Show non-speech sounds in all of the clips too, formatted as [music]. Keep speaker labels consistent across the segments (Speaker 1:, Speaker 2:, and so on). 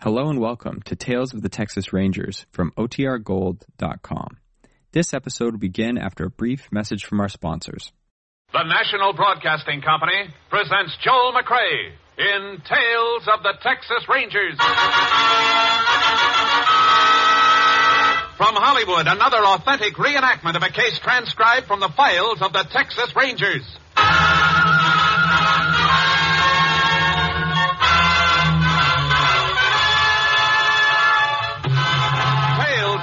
Speaker 1: Hello and welcome to Tales of the Texas Rangers from OTRGold.com. This episode will begin after a brief message from our sponsors.
Speaker 2: The National Broadcasting Company presents Joel McRae in Tales of the Texas Rangers. From Hollywood, another authentic reenactment of a case transcribed from the files of the Texas Rangers. Tales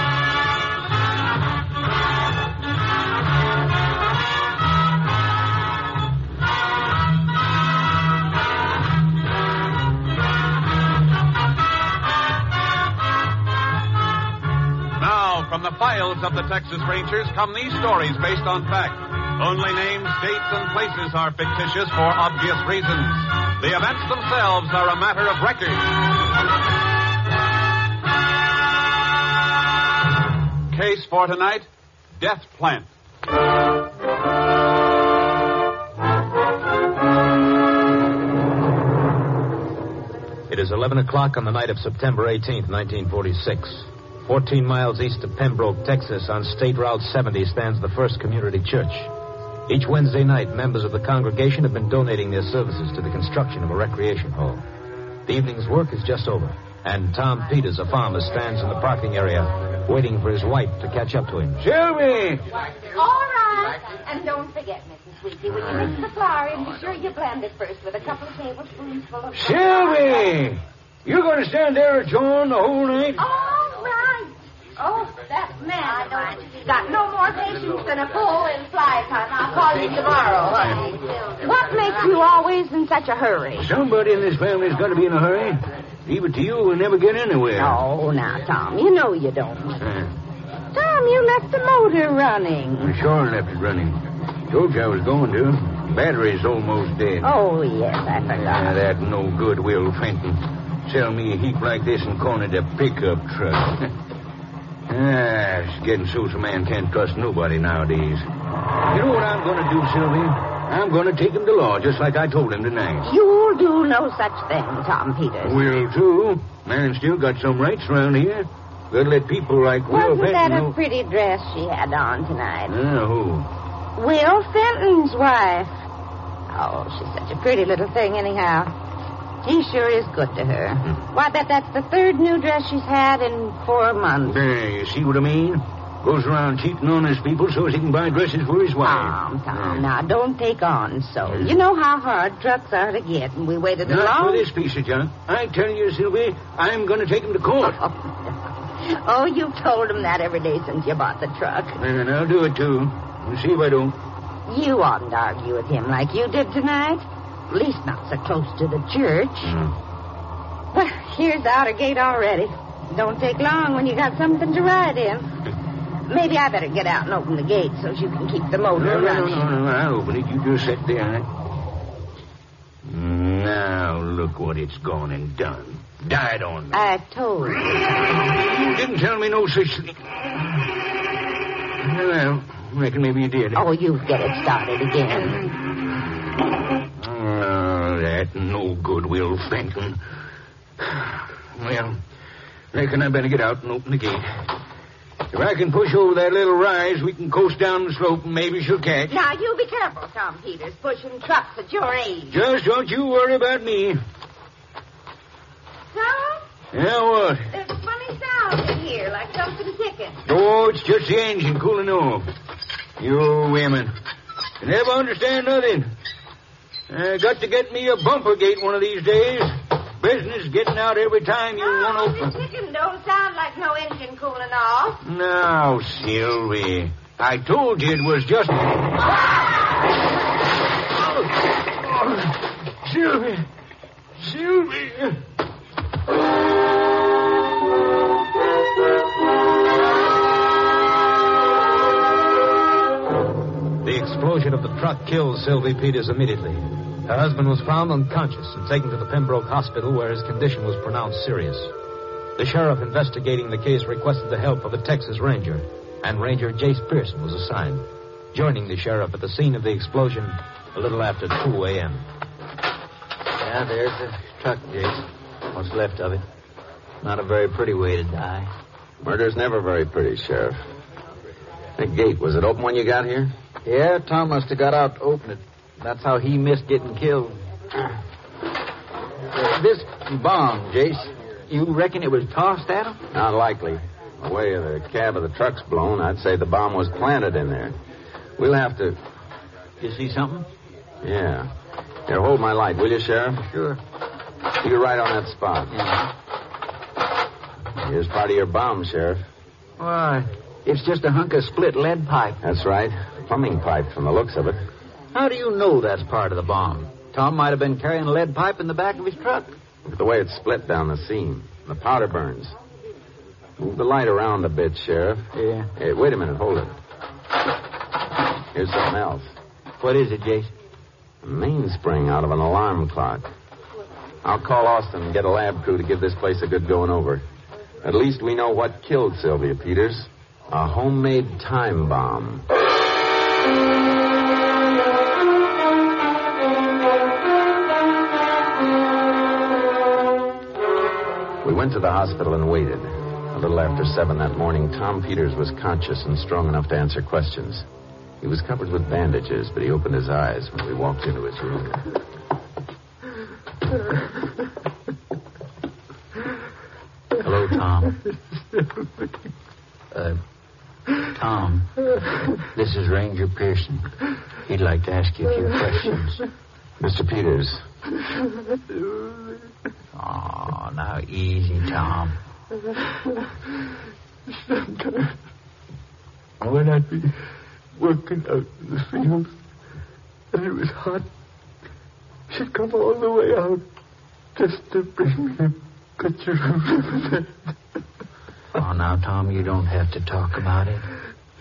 Speaker 2: Now, from the files of the Texas Rangers come these stories based on fact. Only names, dates, and places are fictitious for obvious reasons. The events themselves are a matter of record. Case for tonight Death Plant.
Speaker 3: It is 11 o'clock on the night of September 18th, 1946. 14 miles east of Pembroke, Texas, on State Route 70 stands the First Community Church. Each Wednesday night, members of the congregation have been donating their services to the construction of a recreation hall. The evening's work is just over, and Tom Peters, a farmer, stands in the parking area waiting for his wife to catch up to him.
Speaker 2: Jimmy!
Speaker 4: All right. And don't forget, Mrs. Wheatley, when you mix the flour in, be sure you blend it first with a couple of tablespoons full of...
Speaker 5: Sylvie! You're going to stand there, John, the whole night?
Speaker 6: Oh.
Speaker 4: All right. Oh, that man I know got no more patience than a bull in fly time. I'll call you tomorrow, honey. What makes you always in such a hurry?
Speaker 5: Somebody in this family's got to be in a hurry. Leave it to you, we'll never get anywhere. Uh,
Speaker 4: Oh, now, Tom, you know you don't. Tom, you left the motor running.
Speaker 5: I sure left it running. Told you I was going to. Battery's almost dead.
Speaker 4: Oh, yes, I
Speaker 5: Ah, that no good Will Fenton. Sell me a heap like this and corner the pickup truck. [laughs] ah, it's getting so's a man can't trust nobody nowadays. You know what I'm going to do, Sylvie? I'm going to take him to law, just like I told him tonight.
Speaker 4: You'll do no such thing, Tom Peters.
Speaker 5: Will, too. Man still got some rights around here. Gotta let people like Will
Speaker 4: Wasn't that
Speaker 5: Benton
Speaker 4: a
Speaker 5: know.
Speaker 4: pretty dress she had on tonight?
Speaker 5: Ah, who?
Speaker 4: Will Fenton's wife. Oh, she's such a pretty little thing, anyhow. He sure is good to her. Why, I bet that's the third new dress she's had in four months.
Speaker 5: There, you see what I mean? Goes around cheating on his people so as he can buy dresses for his wife.
Speaker 4: Tom, Tom,
Speaker 5: Ah.
Speaker 4: now don't take on so. You know how hard trucks are to get, and we waited a
Speaker 5: Not
Speaker 4: long.
Speaker 5: for this piece of junk. I tell you, Sylvie, I'm going to take him to court.
Speaker 4: [laughs] Oh, you've told him that every day since you bought the truck.
Speaker 5: and I'll do it, too. We'll see if I don't.
Speaker 4: You oughtn't to argue with him like you did tonight. At least not so close to the church.
Speaker 5: Hmm.
Speaker 4: Well, here's the outer gate already. Don't take long when you got something to ride in. Maybe I better get out and open the gate so you can keep the motor
Speaker 5: No, no, no,
Speaker 4: Oh, running.
Speaker 5: no, no. I'll open it. You just sit there. Now, look what it's gone and done. Died on me.
Speaker 4: I told you.
Speaker 5: You didn't tell me no such thing. Well, I reckon maybe you did.
Speaker 4: Oh, you get it started again.
Speaker 5: Oh, that no good, Will Fenton. Well, reckon I better get out and open the gate. If I can push over that little rise, we can coast down the slope and maybe she'll catch.
Speaker 4: Now, you be careful, Tom Peters, pushing trucks at your age.
Speaker 5: Just don't you worry about me.
Speaker 4: Tom,
Speaker 5: Now what?
Speaker 4: there's a funny sound in here, like something ticking.
Speaker 5: Oh, it's just the engine cooling off. You women. You never understand nothing. I got to get me a bumper gate one of these days. Business getting out every time you want to
Speaker 4: the
Speaker 5: open.
Speaker 4: ticking don't sound like no engine cooling off.
Speaker 5: Now, Sylvie, I told you it was just. Sylvie! Sylvie!
Speaker 3: The explosion of the truck killed Sylvie Peters immediately. Her husband was found unconscious and taken to the Pembroke Hospital, where his condition was pronounced serious. The sheriff investigating the case requested the help of a Texas Ranger, and Ranger Jace Pearson was assigned, joining the sheriff at the scene of the explosion a little after 2 a.m.
Speaker 7: Yeah, there's the truck, Jase. What's left of it. Not a very pretty way to die.
Speaker 8: Murder's never very pretty, Sheriff. That gate, was it open when you got here?
Speaker 7: Yeah, Tom must have got out to open it. That's how he missed getting killed. Uh, This bomb, Jace, you reckon it was tossed at him?
Speaker 8: Not likely. The way the cab of the truck's blown, I'd say the bomb was planted in there. We'll have to.
Speaker 7: You see something?
Speaker 8: Yeah. Here, hold my light, will you, Sheriff?
Speaker 7: Sure.
Speaker 8: You're right on that spot.
Speaker 7: Mm-hmm.
Speaker 8: Here's part of your bomb, Sheriff.
Speaker 7: Why? It's just a hunk of split lead pipe.
Speaker 8: That's right. Plumbing pipe, from the looks of it.
Speaker 7: How do you know that's part of the bomb? Tom might have been carrying a lead pipe in the back of his truck.
Speaker 8: Look at the way it's split down the seam. The powder burns. Move the light around a bit, Sheriff.
Speaker 7: Yeah.
Speaker 8: Hey, wait a minute. Hold it. Here's something else.
Speaker 7: What is it, Jace?
Speaker 8: A mainspring out of an alarm clock. I'll call Austin and get a lab crew to give this place a good going over. At least we know what killed Sylvia Peters. A homemade time bomb. We went to the hospital and waited. A little after seven that morning, Tom Peters was conscious and strong enough to answer questions. He was covered with bandages, but he opened his eyes when we walked into his room.
Speaker 7: Hello,
Speaker 8: [laughs]
Speaker 7: Tom. Uh, Tom, this is Ranger Pearson. He'd like to ask you a few questions.
Speaker 8: Mr. Peters,
Speaker 7: Oh, now easy, Tom.
Speaker 6: When I'd be working out in the fields, and it was hot, she'd come all the way out just to bring me a picture of lemonade.
Speaker 7: Oh, now, Tom, you don't have to talk about it.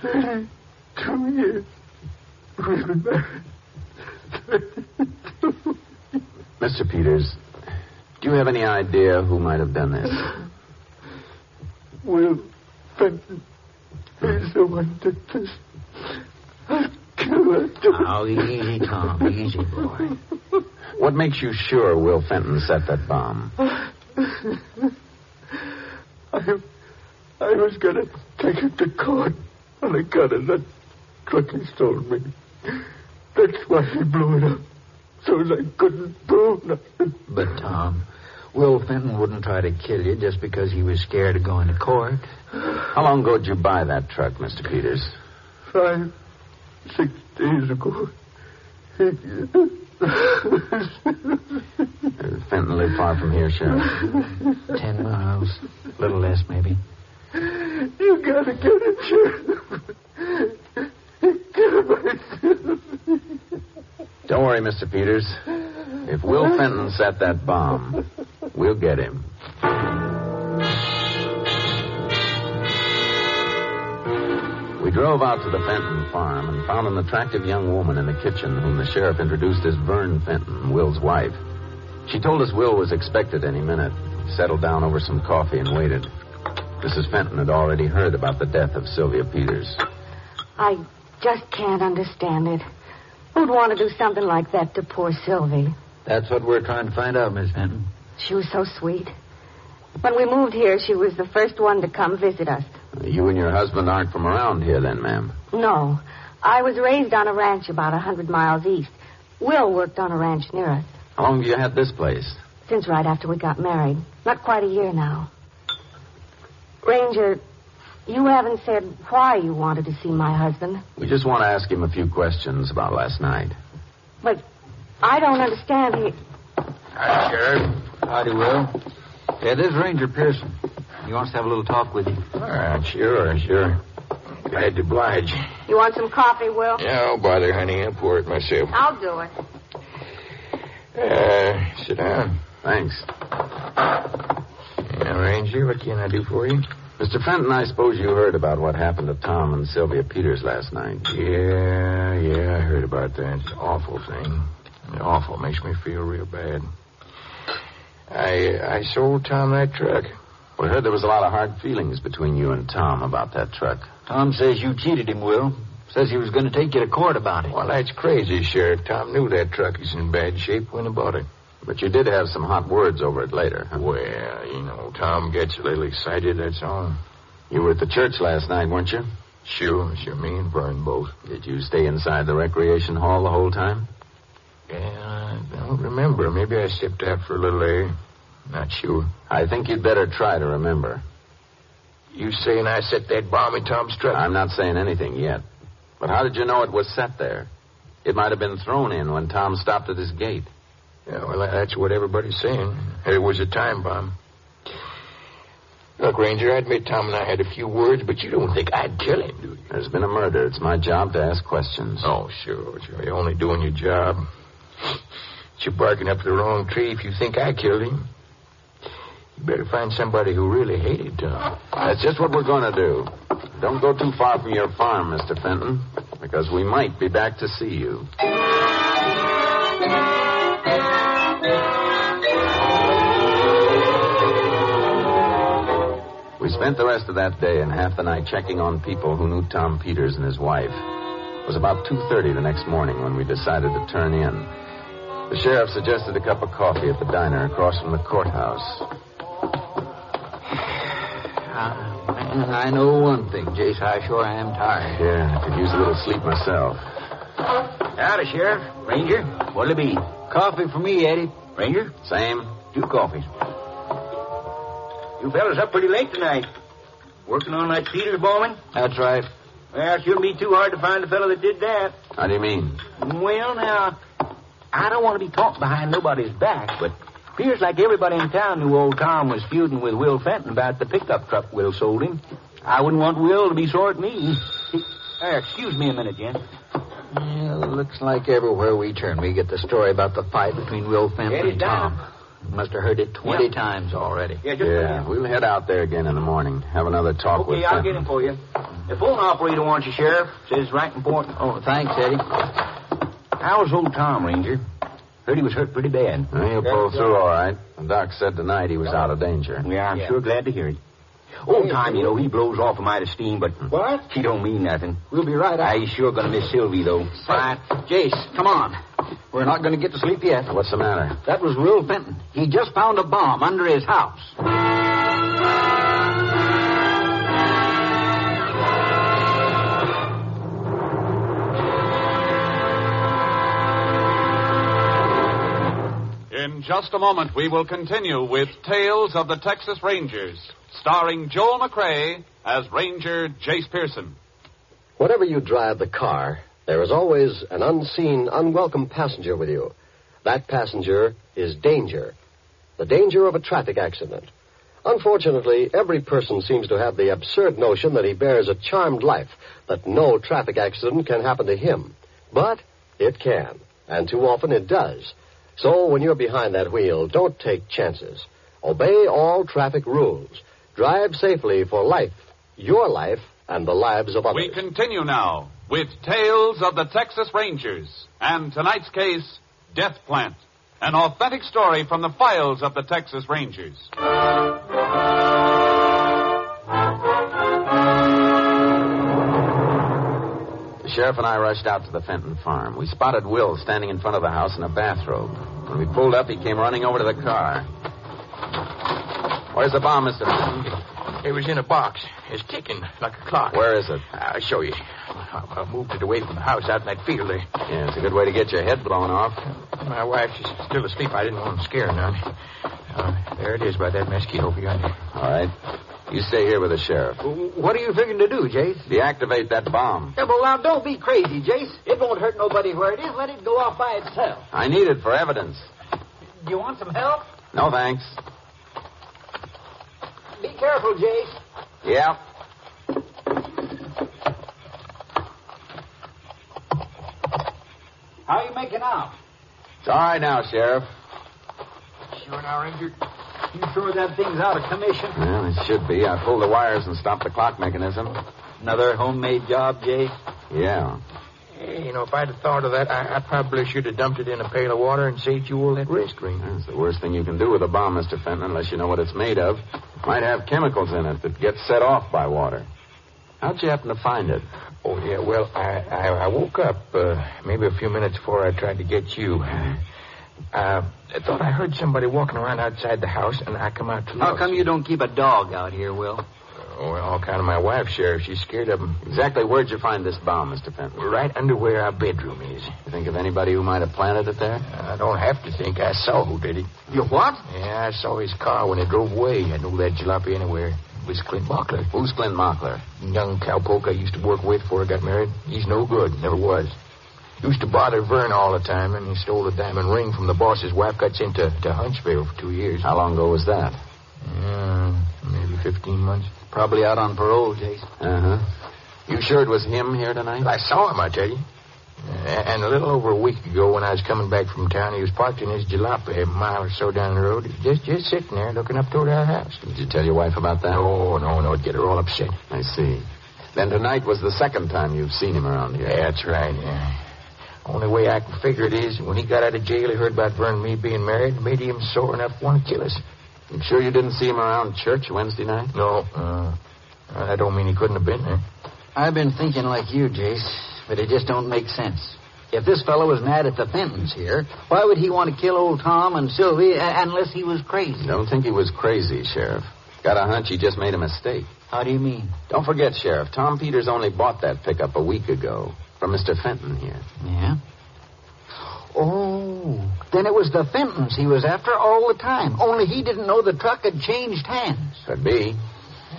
Speaker 6: Thirty-two years we've been married. Thirty-two.
Speaker 8: Mr. Peters, do you have any idea who might have done this?
Speaker 6: Will Fenton, he's the one that did this. I'll kill her.
Speaker 7: Now, easy, Oh, Tom, easy, boy.
Speaker 8: What makes you sure Will Fenton set that bomb?
Speaker 6: I, I was going to take it to court on account of that truck he stole me. That's why he blew it up, so they couldn't prove nothing.
Speaker 7: But, Tom, Will Fenton wouldn't try to kill you just because he was scared of going to court.
Speaker 8: How long ago did you buy that truck, Mr. Peters?
Speaker 6: Five, six days ago.
Speaker 8: Uh, Fenton lived far from here, Sheriff.
Speaker 7: Ten miles, a little less, maybe.
Speaker 6: you got to get it, Sheriff.
Speaker 8: Don't worry, Mr. Peters. If Will Fenton set that bomb, we'll get him. We drove out to the Fenton farm and found an attractive young woman in the kitchen whom the sheriff introduced as Vern Fenton, Will's wife. She told us Will was expected any minute, settled down over some coffee, and waited. Mrs. Fenton had already heard about the death of Sylvia Peters.
Speaker 9: I just can't understand it. Who'd want to do something like that to poor Sylvie?
Speaker 7: That's what we're trying to find out, Miss Fenton.
Speaker 9: She was so sweet. When we moved here, she was the first one to come visit us.
Speaker 8: You and your husband aren't from around here, then, ma'am.
Speaker 9: No, I was raised on a ranch about a hundred miles east. Will worked on a ranch near us
Speaker 8: How long have you had this place?
Speaker 9: since right after we got married. Not quite a year now. Ranger, you haven't said why you wanted to see my husband,
Speaker 8: We just want to ask him a few questions about last night.
Speaker 9: but I don't understand. He,
Speaker 7: Hi, Sheriff. Howdy, Will. Yeah, this is Ranger Pearson. He wants to have a little talk with you.
Speaker 8: sure, sure. Glad to oblige.
Speaker 9: you want some coffee, Will?
Speaker 8: Yeah, don't bother, honey. I'll pour it myself.
Speaker 9: I'll do it.
Speaker 8: Uh, sit down. Thanks. Yeah, Ranger, what can I do for you? Mr. Fenton, I suppose you heard about what happened to Tom and Sylvia Peters last night.
Speaker 6: Yeah, yeah, I heard about that. It's an awful thing. It's awful. Makes me feel real bad. I I sold Tom that truck.
Speaker 8: We heard there was a lot of hard feelings between you and Tom about that truck.
Speaker 3: Tom says you cheated him, Will. Says he was going to take you to court about it.
Speaker 5: Well, that's crazy, Sheriff. Tom knew that truck is in bad shape when he bought it.
Speaker 8: But you did have some hot words over it later, huh?
Speaker 5: Well, you know, Tom gets a little excited, that's all.
Speaker 8: You were at the church last night, weren't you?
Speaker 5: Sure, sure, me and Vern both.
Speaker 8: Did you stay inside the recreation hall the whole time?
Speaker 5: Yeah, I don't remember. Maybe I stepped out for a little air. Not sure.
Speaker 8: I think you'd better try to remember.
Speaker 5: You saying I set that bomb in Tom's truck?
Speaker 8: I'm not saying anything yet. But how did you know it was set there? It might have been thrown in when Tom stopped at his gate.
Speaker 5: Yeah, well, that's what everybody's saying. It was a time bomb. Look, Ranger, I admit Tom and I had a few words, but you don't think I'd kill him, do you?
Speaker 8: There's been a murder. It's my job to ask questions.
Speaker 5: Oh, sure, sure. You're only doing your job. But you're barking up the wrong tree if you think I killed him. You better find somebody who really hated Tom.
Speaker 8: That's just what we're going to do. Don't go too far from your farm, Mr. Fenton, because we might be back to see you. We spent the rest of that day and half the night checking on people who knew Tom Peters and his wife. It was about 2.30 the next morning when we decided to turn in. The sheriff suggested a cup of coffee at the diner across from the courthouse.
Speaker 3: man, I know one thing, Jace. I sure am tired.
Speaker 8: Yeah, I could use a little sleep myself.
Speaker 3: Howdy, Sheriff. Ranger, what'll it be? Coffee for me, Eddie. Ranger,
Speaker 8: Same?
Speaker 3: two coffees.
Speaker 5: You fellas up pretty late tonight. Working on that Peters Bowman?
Speaker 3: That's right.
Speaker 5: Well, it shouldn't be too hard to find the fellow that did that.
Speaker 8: How do you mean?
Speaker 3: Well, now, I don't want to be talked behind nobody's back, but appears like everybody in town knew old Tom was feuding with Will Fenton about the pickup truck Will sold him. I wouldn't want Will to be sore at me. Hey, excuse me a minute, Jen.
Speaker 7: Well, looks like everywhere we turn, we get the story about the fight between Will Fenton
Speaker 3: Eddie
Speaker 7: and
Speaker 3: Dunham.
Speaker 7: Tom. You Must have heard it 20 times already.
Speaker 3: Yeah, just
Speaker 8: Yeah, we'll head out there again in the morning. Have another talk with
Speaker 3: Okay, I'll get
Speaker 8: Fenton.
Speaker 3: him for you. The phone operator wants you, Sheriff. Says it's right important.
Speaker 7: Oh, thanks, Eddie.
Speaker 3: How's old Tom, Ranger? Heard he was hurt pretty bad.
Speaker 8: Well, he'll pull through all right. The doc said tonight he was out of danger.
Speaker 3: Yeah, I'm sure glad to hear it. Old Tom, you know, he blows off a mite of steam, but
Speaker 7: What?
Speaker 3: she don't mean nothing. We'll be right out. I sure gonna miss Sylvie, though.
Speaker 7: Fine. Jace, come on. We're not going to get to sleep yet.
Speaker 8: What's the matter?
Speaker 7: That was Will Fenton. He just found a bomb under his house.
Speaker 2: In just a moment, we will continue with Tales of the Texas Rangers, starring Joel McRae as Ranger Jace Pearson.
Speaker 10: Whenever you drive the car, there is always an unseen, unwelcome passenger with you. That passenger is danger. The danger of a traffic accident. Unfortunately, every person seems to have the absurd notion that he bears a charmed life, that no traffic accident can happen to him. But it can, and too often it does. So when you're behind that wheel, don't take chances. Obey all traffic rules. Drive safely for life, your life, and the lives of others.
Speaker 2: We continue now with Tales of the Texas Rangers and tonight's case, Death Plant, an authentic story from the files of the Texas Rangers.
Speaker 8: The sheriff and I rushed out to the Fenton farm. We spotted Will standing in front of the house in a bathrobe. When we pulled up, he came running over to the car. Where's the bomb, Mr. Fenton?
Speaker 5: It was in a box. It's ticking like a clock.
Speaker 8: Where is it?
Speaker 5: I'll show you. I, I moved it away from the house out in that field there.
Speaker 8: Yeah, it's a good way to get your head blown off.
Speaker 5: My wife, she's still asleep. I didn't want to scare her none. Uh, there it is by that mesquite over yonder.
Speaker 8: All right. You stay here with the sheriff.
Speaker 7: What are you figuring to do, Jace?
Speaker 8: Deactivate that bomb.
Speaker 7: Yeah, well, now, don't be crazy, Jace. It won't hurt nobody where it is. Let it go off by itself.
Speaker 8: I need it for evidence.
Speaker 7: You want some help?
Speaker 8: No thanks.
Speaker 7: Be careful, Jace.
Speaker 8: Yeah.
Speaker 7: How are you making out?
Speaker 8: It's all right now, Sheriff.
Speaker 7: Sure now, Ranger. You sure that thing's out of commission?
Speaker 8: Well, it should be. I pulled the wires and stopped the clock mechanism.
Speaker 7: Another homemade job, Jace?
Speaker 8: Yeah.
Speaker 5: Hey, you know, if I'd have thought of that, I, I probably should have dumped it in a pail of water and saved you all that risk, Ranger.
Speaker 8: That's the worst thing you can do with a bomb, Mr. Fenton, unless you know what it's made of. Might have chemicals in it that get set off by water. How'd you happen to find it?
Speaker 5: Oh, yeah, well, I, I, I woke up uh, maybe a few minutes before I tried to get you. Uh, I thought I heard somebody walking around outside the house, and I come out to look.
Speaker 7: How come you don't keep a dog out here, Will?
Speaker 5: Oh, well, all kind of my wife, Sheriff. She's scared of him.
Speaker 8: Exactly where'd you find this bomb, Mr. Fenton?
Speaker 5: Right under where our bedroom is.
Speaker 8: You think of anybody who might have planted it there?
Speaker 5: I don't have to think. I saw who did it.
Speaker 7: You what?
Speaker 5: Yeah, I saw his car when it drove away. I knew that jalopy anywhere. It was Clint Mockler.
Speaker 8: Who's Clint Mockler?
Speaker 5: Young cowpoke I used to work with before I got married. He's no good. Never was. Used to bother Vern all the time, and he stole the diamond ring from the boss's wife. Got sent to, to Huntsville for two years.
Speaker 8: How long ago was that?
Speaker 5: Yeah, maybe 15 months.
Speaker 7: Probably out on parole, Jason.
Speaker 8: Uh huh. You sure it was him here tonight?
Speaker 5: I saw him, I tell you. Uh, And a little over a week ago, when I was coming back from town, he was parked in his jalopy a mile or so down the road. He was just, just sitting there looking up toward our house.
Speaker 8: Did you tell your wife about that?
Speaker 5: No, no, no, it'd get her all upset.
Speaker 8: I see. Then tonight was the second time you've seen him around here.
Speaker 5: Yeah, that's right, yeah. Only way I can figure it is when he got out of jail, he heard about Vern and me being married, and made him sore enough to want to kill us.
Speaker 8: I'm sure you didn't see him around church Wednesday night?
Speaker 5: No, uh, I don't mean he couldn't have been there.
Speaker 7: I've been thinking like you, Jace, but it just don't make sense. If this fellow was mad at the Fentons here, why would he want to kill old Tom and Sylvie uh, unless he was crazy?
Speaker 8: Don't think he was crazy, Sheriff. Got a hunch he just made a mistake.
Speaker 7: How do you mean?
Speaker 8: Don't forget, Sheriff, Tom Peters only bought that pickup a week ago from Mr. Fenton here.
Speaker 7: Yeah? Oh, then it was the Fentons he was after all the time. Only he didn't know the truck had changed hands.
Speaker 8: Could be.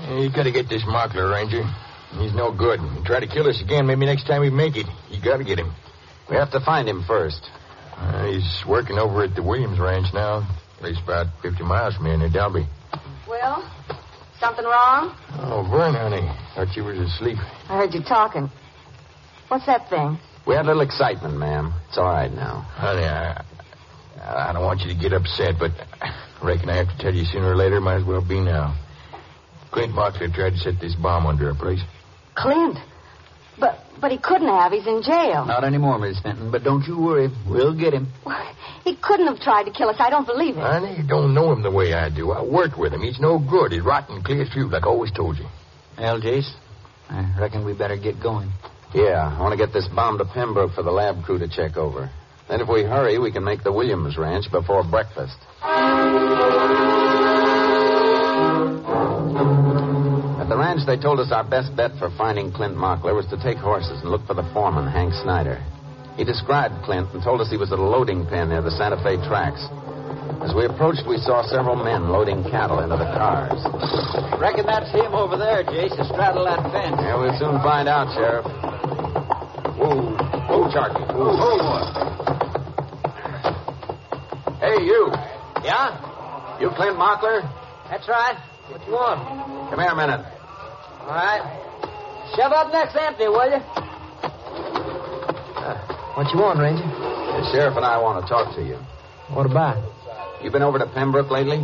Speaker 5: You gotta get this Mockler, Ranger. He's no good. He tried to kill us again. Maybe next time we make it. You gotta get him.
Speaker 8: We have to find him first.
Speaker 5: Uh, he's working over at the Williams Ranch now. He's about 50 miles from here near Dalby.
Speaker 4: Well, something wrong?
Speaker 5: Oh, Vern, honey. Thought you was asleep.
Speaker 4: I heard you talking. What's that thing?
Speaker 8: We had a little excitement, ma'am. It's all right now.
Speaker 5: Honey, I, I don't want you to get upset, but I reckon I have to tell you sooner or later. Might as well be now. Clint Moxley tried to set this bomb under our place.
Speaker 4: Clint. But but he couldn't have. He's in jail.
Speaker 7: Not anymore, Miss Fenton, but don't you worry. We'll get him.
Speaker 4: He couldn't have tried to kill us. I don't believe it.
Speaker 5: Honey, you don't know him the way I do. I worked with him. He's no good. He's rotten clear through, like I always told you.
Speaker 7: Well, Jace, I reckon we better get going.
Speaker 8: Yeah, I want to get this bomb to Pembroke for the lab crew to check over. Then if we hurry, we can make the Williams Ranch before breakfast. At the ranch, they told us our best bet for finding Clint Mockler was to take horses and look for the foreman, Hank Snyder. He described Clint and told us he was at a loading pen near the Santa Fe tracks. As we approached, we saw several men loading cattle into the cars.
Speaker 7: Reckon that's him over there, Jace, straddle that fence.
Speaker 8: Yeah, we'll soon find out, Sheriff. Whoa, whoa, Charlie. Whoa, Hey, you.
Speaker 7: Yeah?
Speaker 8: You Clint Mockler?
Speaker 7: That's right. What you want?
Speaker 8: Come here a minute.
Speaker 7: All right. Shove up next empty, will you? what you want, Ranger?
Speaker 8: The sheriff and I want to talk to you.
Speaker 7: What about?
Speaker 8: You been over to Pembroke lately?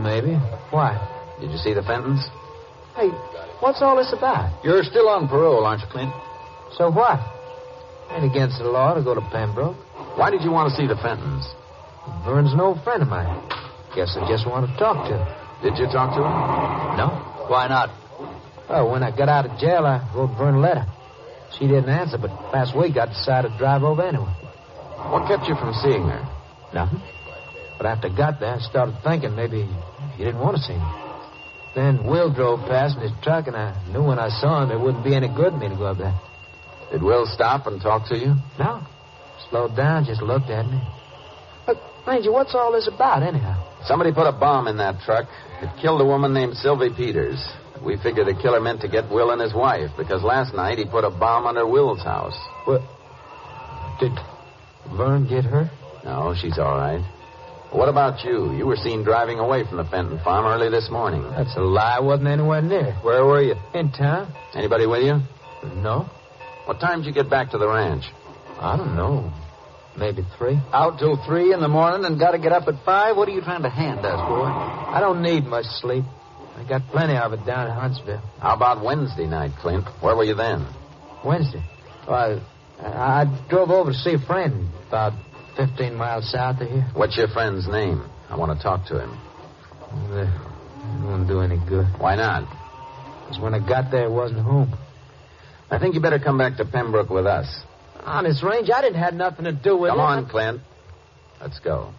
Speaker 7: Maybe. Why?
Speaker 8: Did you see the Fentons?
Speaker 7: Hey, what's all this about?
Speaker 8: You're still on parole, aren't you, Clint?
Speaker 7: So what? Ain't against the law to go to Pembroke.
Speaker 8: Why did you want to see the Fentons?
Speaker 7: Vern's an old friend of mine. Guess I just want to talk to him.
Speaker 8: Did you talk to him?
Speaker 7: No? Why not? Well, Oh, when I got out of jail, I wrote Vern a letter. She didn't answer, but last week I decided to drive over anyway.
Speaker 8: What kept you from seeing her?
Speaker 7: Nothing. But after I got there, I started thinking maybe you didn't want to see me. Then Will drove past in his truck, and I knew when I saw him it wouldn't be any good me to go up there.
Speaker 8: Did Will stop and talk to you?
Speaker 7: No. Slowed down, just looked at me. Look, Ranger, what's all this about, anyhow?
Speaker 8: Somebody put a bomb in that truck. It killed a woman named Sylvie Peters. We figure the killer meant to get Will and his wife because last night he put a bomb under Will's house.
Speaker 7: What? Did Vern get her?
Speaker 8: No, she's all right. What about you? You were seen driving away from the Fenton farm early this morning.
Speaker 7: That's a lie. I wasn't anywhere near.
Speaker 8: Where were you?
Speaker 7: In town?
Speaker 8: Anybody with you?
Speaker 7: No.
Speaker 8: What time did you get back to the ranch?
Speaker 7: I don't know. Maybe three.
Speaker 8: Out till three in the morning and got to get up at five.
Speaker 7: What are you trying to hand us, boy? I don't need much sleep. I got plenty of it down in Huntsville.
Speaker 8: How about Wednesday night, Clint? Where were you then?
Speaker 7: Wednesday. Well, I,
Speaker 11: I I drove over to see a friend about 15 miles south of here.
Speaker 8: What's your friend's name? I want to talk to him.
Speaker 11: Well, It won't do any good.
Speaker 8: Why not?
Speaker 11: 'Cause when I got there, it wasn't home.
Speaker 8: I think you better come back to Pembroke with us.
Speaker 11: Honest, Range, I didn't have nothing to do with
Speaker 8: Come
Speaker 11: it.
Speaker 8: on, Clint. Let's go.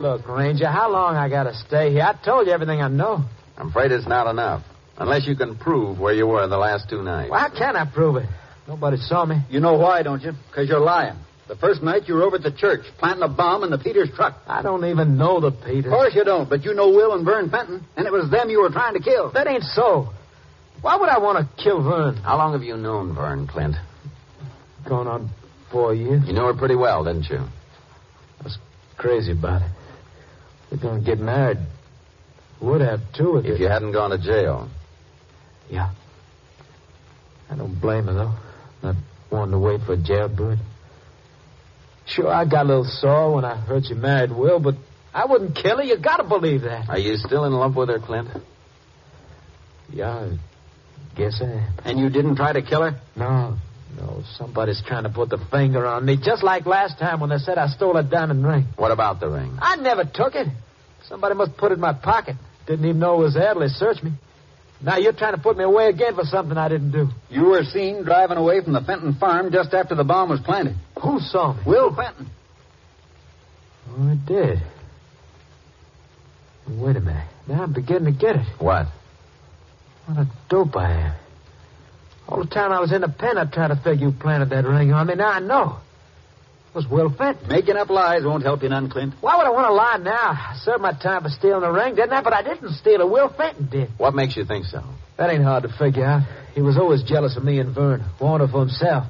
Speaker 11: Look, Ranger, how long I gotta stay here? I told you everything I know.
Speaker 8: I'm afraid it's not enough. Unless you can prove where you were the last two nights.
Speaker 11: Well, how can I prove it? Nobody saw me.
Speaker 7: You know why, don't you? Because you're lying. The first night you were over at the church, planting a bomb in the Peters truck.
Speaker 11: I don't even know the
Speaker 7: Of
Speaker 11: Peter.
Speaker 7: course you don't, but you know Will and Vern Fenton, and it was them you were trying to kill.
Speaker 11: That ain't so. Why would I want to kill Vern?
Speaker 8: How long have you known Vern, Clint?
Speaker 11: Going on four years.
Speaker 8: You knew her pretty well, didn't you?
Speaker 11: Crazy about it. We're gonna get married. Would have too if,
Speaker 8: If you hadn't gone to jail.
Speaker 11: Yeah. I don't blame her though. Not wanting to wait for a jailbird. Sure, I got a little sore when I heard you married Will, but I wouldn't kill her. You gotta believe that.
Speaker 8: Are you still in love with her, Clint?
Speaker 11: Yeah, I guess I am.
Speaker 7: And you didn't try to kill her?
Speaker 11: No, no, somebody's trying to put the finger on me, just like last time when they said I stole a diamond ring.
Speaker 8: What about the ring?
Speaker 11: I never took it. Somebody must put it in my pocket. Didn't even know it was there till they searched me. Now you're trying to put me away again for something I didn't do.
Speaker 7: You were seen driving away from the Fenton farm just after the bomb was planted.
Speaker 11: Who saw me?
Speaker 7: Will Fenton.
Speaker 11: Oh, it did. Wait a minute. Now I'm beginning to get it.
Speaker 8: What?
Speaker 11: What a dope I am. All the time I was in the pen, I tried to figure you planted that ring on me. Now I know. It was Will Fenton.
Speaker 7: Making up lies won't help you none, Clint.
Speaker 11: Why would I want to lie now? I served my time for stealing the ring, didn't I? But I didn't steal it. Will Fenton did.
Speaker 8: What makes you think so?
Speaker 11: That ain't hard to figure out. He was always jealous of me and Vern. Wanted for himself.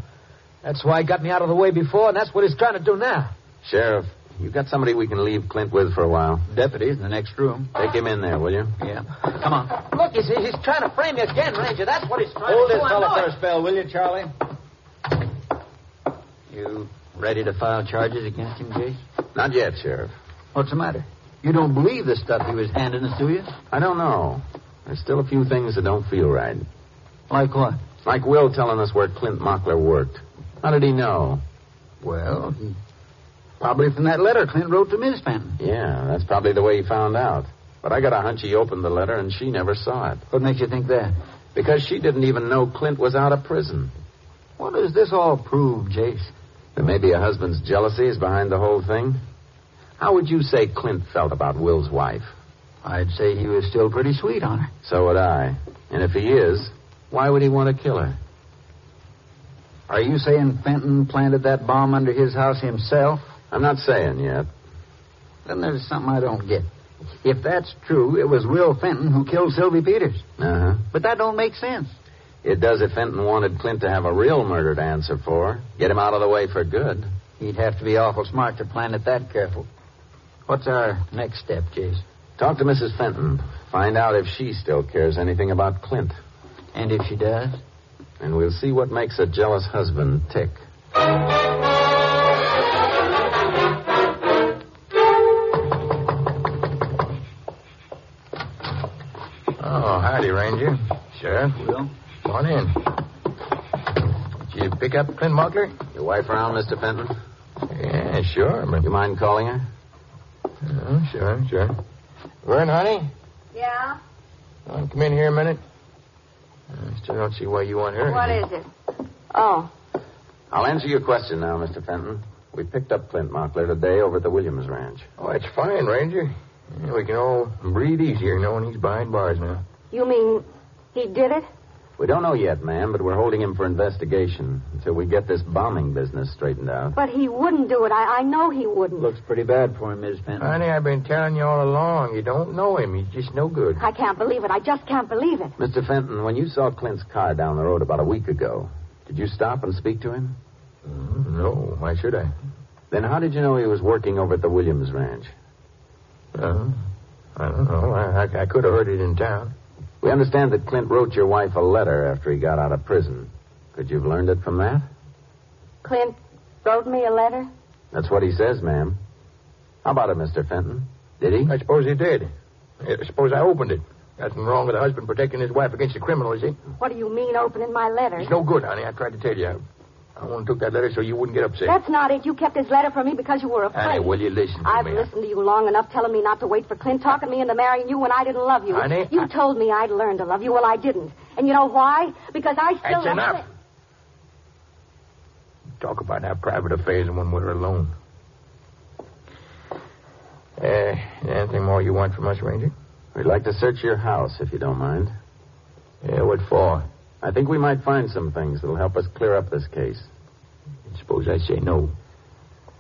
Speaker 11: That's why he got me out of the way before, and that's what he's trying to do now.
Speaker 8: Sheriff, you got somebody we can leave Clint with for a while?
Speaker 7: Deputy's in the next room.
Speaker 8: Take him in there, will you?
Speaker 7: Yeah. Come on.
Speaker 11: Look, he's, he's trying to frame me again, Ranger. That's what he's trying
Speaker 7: Hold
Speaker 11: to
Speaker 7: this
Speaker 11: do. I know
Speaker 7: fellow for
Speaker 11: it.
Speaker 7: a spell, will you, Charlie? You ready to file charges against him, Jase?
Speaker 8: Not yet, Sheriff.
Speaker 7: What's the matter? You don't believe the stuff he was handing us, do you?
Speaker 8: I don't know. There's still a few things that don't feel right.
Speaker 7: Like what?
Speaker 8: Like Will telling us where Clint Mockler worked. How did he know?
Speaker 7: Well, probably from that letter Clint wrote to Miss Fenton.
Speaker 8: Yeah, that's probably the way he found out. But I got a hunch he opened the letter and she never saw it.
Speaker 7: What makes you think that?
Speaker 8: Because she didn't even know Clint was out of prison.
Speaker 7: What does this all prove, Jase?
Speaker 8: Then maybe a husband's jealousy is behind the whole thing. How would you say Clint felt about Will's wife?
Speaker 7: I'd say he was still pretty sweet on her.
Speaker 8: So would I. And if he is, why would he want to kill her?
Speaker 7: Are you saying Fenton planted that bomb under his house himself?
Speaker 8: I'm not saying yet.
Speaker 7: Then there's something I don't get. If that's true, it was Will Fenton who killed Sylvie Peters.
Speaker 8: Uh huh.
Speaker 7: But that don't make sense.
Speaker 8: It does if Fenton wanted Clint to have a real murder to answer for. Get him out of the way for good.
Speaker 7: He'd have to be awful smart to plan it that careful. What's our next step, Jase?
Speaker 8: Talk to Mrs. Fenton. Find out if she still cares anything about Clint.
Speaker 7: And if she does?
Speaker 8: And we'll see what makes a jealous husband tick.
Speaker 12: Oh, howdy, Ranger. Sheriff. Will. Come on in. Did you pick up Clint Mockler?
Speaker 8: Your wife around, Mr. Fenton?
Speaker 12: Yeah, sure. But...
Speaker 8: You mind calling her?
Speaker 12: Oh, sure, sure. Vern, honey,
Speaker 9: Yeah?
Speaker 12: want to come in here a minute? Uh, I still don't see why you want her.
Speaker 9: What is it? Oh,
Speaker 8: I'll answer your question now, Mr. Fenton. We picked up Clint Mockler today over at the Williams Ranch.
Speaker 12: Oh, it's fine, Ranger. Yeah, we can all breathe easier knowing he's behind bars now.
Speaker 9: you mean he did it?
Speaker 8: We don't know yet, ma'am, but we're holding him for investigation until we get this bombing business straightened out.
Speaker 9: But he wouldn't do it. I, I know he wouldn't.
Speaker 7: Looks pretty bad for him, Miss Fenton.
Speaker 12: Honey, I've been telling you all along. You don't know him. He's just no good.
Speaker 9: I can't believe it. I just can't believe it.
Speaker 8: Mr. Fenton, when you saw Clint's car down the road about a week ago, did you stop and speak to him?
Speaker 12: Mm, No, why should I?
Speaker 8: Then how did you know he was working over at the Williams Ranch?
Speaker 12: Uh, I don't know. I, I, I could have heard it in town.
Speaker 8: We understand that Clint wrote your wife a letter after he got out of prison. Could you have learned it from that?
Speaker 9: Clint wrote me a letter.
Speaker 8: That's what he says, ma'am. How about it, Mr. Fenton? Did he?
Speaker 12: I suppose he did. I suppose I opened it.
Speaker 8: Nothing wrong with a husband protecting his wife against a criminal, is he?
Speaker 9: What do you mean opening my letter?
Speaker 8: It's no good, honey. I tried to tell you. I only took that letter so you wouldn't get upset.
Speaker 9: That's not it. You kept his letter from me because you were afraid.
Speaker 8: Honey, will you listen to
Speaker 9: I've
Speaker 8: me?
Speaker 9: listened to you long enough telling me not to wait for Clint, talking me into marrying you when I didn't love you.
Speaker 8: Honey,
Speaker 9: you
Speaker 8: I-
Speaker 9: told me I'd learn to love you. Well, I didn't. And you know why? Because I still
Speaker 8: That's
Speaker 9: love
Speaker 8: enough. Talk about our private affairs and when we're alone. Uh, anything more you want from us, Ranger?
Speaker 6: We'd like to search your house, if you don't mind.
Speaker 8: Yeah, what for?
Speaker 6: I think we might find some things that'll help us clear up this case.
Speaker 8: Suppose I say no.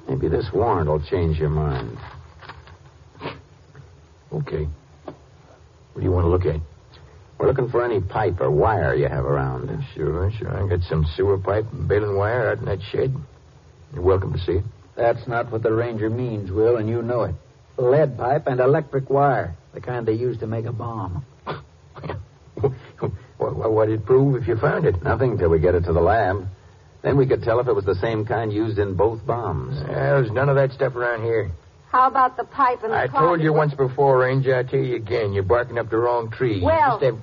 Speaker 6: Maybe this warrant will change your mind.
Speaker 8: Okay. What do you want to look at?
Speaker 6: We're looking for any pipe or wire you have around.
Speaker 8: Sure, sure. I got some sewer pipe and baling wire out in that shed. You're welcome to see it.
Speaker 7: That's not what the ranger means, Will, and you know it. Lead pipe and electric wire, the kind they use to make a bomb.
Speaker 8: What, what, what'd it prove if you found it?
Speaker 6: Nothing till we get it to the lab. Then we could tell if it was the same kind used in both bombs.
Speaker 8: Yeah, there's none of that stuff around here.
Speaker 9: How about the pipe and the
Speaker 8: I
Speaker 9: closet?
Speaker 8: told you once before, Ranger. I tell you again, you're barking up the wrong tree. You
Speaker 9: Well-
Speaker 8: just have-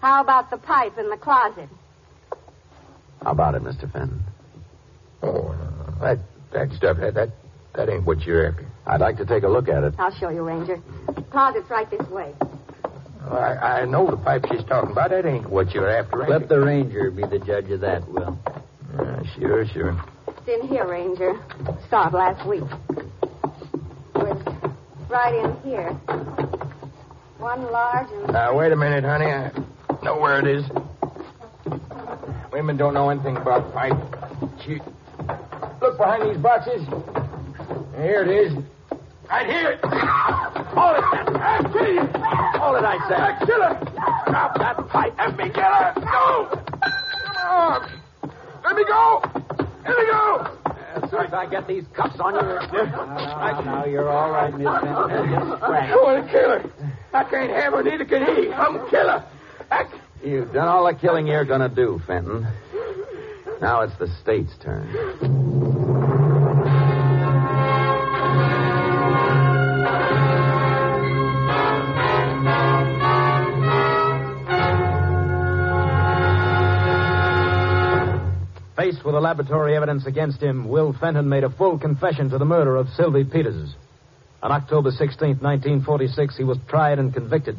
Speaker 9: How about the pipe in the closet?
Speaker 6: How about it, Mr. Fenton?
Speaker 8: Oh, that that stuff that that that ain't what you're after.
Speaker 6: I'd like to take a look at it.
Speaker 9: I'll show you, Ranger. The closet's right this way.
Speaker 8: I, I know the pipe she's talking about. That ain't what you're after. ain't
Speaker 7: Let
Speaker 8: it?
Speaker 7: the ranger be the judge of that, Will.
Speaker 8: Uh, sure, sure.
Speaker 9: It's in here, Ranger. Saw it last week. It was right in here. One large and
Speaker 8: Now wait a minute, honey. I know where it is. Women don't know anything about pipe. She... Look behind these boxes. Here it is. Right here. Hold it. I kill you. Hold it, I say. I kill her. Drop that pipe and me get her. Go. Come on. Let me go. Let me go. As soon as I get these cuffs on
Speaker 7: [laughs]
Speaker 8: you,
Speaker 7: Now, now, you're all right, Miss Fenton. Just
Speaker 8: I
Speaker 7: scratch.
Speaker 8: want to kill her. I can't have her, neither can he. I'm killer. I...
Speaker 6: You've done all the killing you're going to do, Fenton. Now it's the state's turn.
Speaker 3: Faced with the laboratory evidence against him, Will Fenton made a full confession to the murder of Sylvie Peters. On October 16, 1946, he was tried and convicted.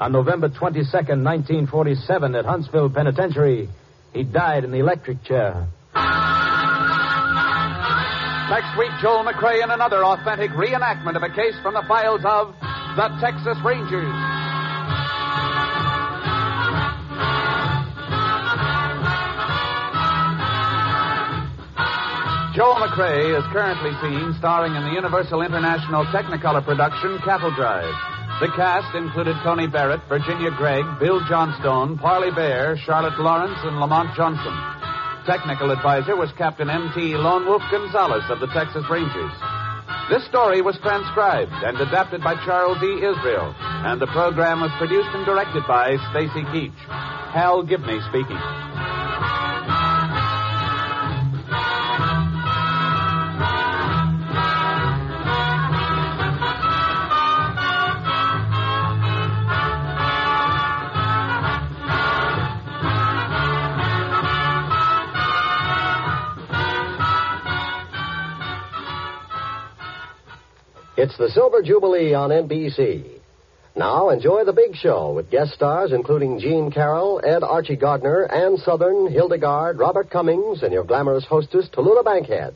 Speaker 3: On November 22, 1947, at Huntsville Penitentiary, he died in the electric chair.
Speaker 2: Next week, Joel McRae in another authentic reenactment of a case from the files of the Texas Rangers. Joel McRae is currently seen starring in the Universal International Technicolor production Cattle Drive. The cast included Tony Barrett, Virginia Gregg, Bill Johnstone, Parley Bear, Charlotte Lawrence, and Lamont Johnson. Technical advisor was Captain M.T. Lone Wolf Gonzalez of the Texas Rangers. This story was transcribed and adapted by Charles E. Israel, and the program was produced and directed by Stacy Keach. Hal Gibney speaking.
Speaker 10: It's the Silver Jubilee on NBC. Now enjoy the big show with guest stars including Gene Carroll, Ed Archie Gardner, Ann Southern, Hildegard, Robert Cummings, and your glamorous hostess, Tallulah Bankhead.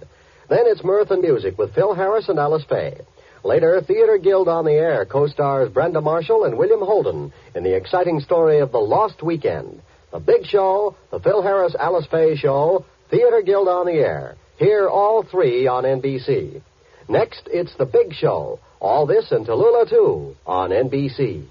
Speaker 10: Then it's mirth and music with Phil Harris and Alice Faye. Later, Theater Guild on the Air co-stars Brenda Marshall and William Holden in the exciting story of The Lost Weekend. The Big Show, The Phil Harris Alice Faye Show, Theater Guild on the Air. Hear all three on NBC. Next, it's The Big Show. All this and Tallulah, too, on NBC.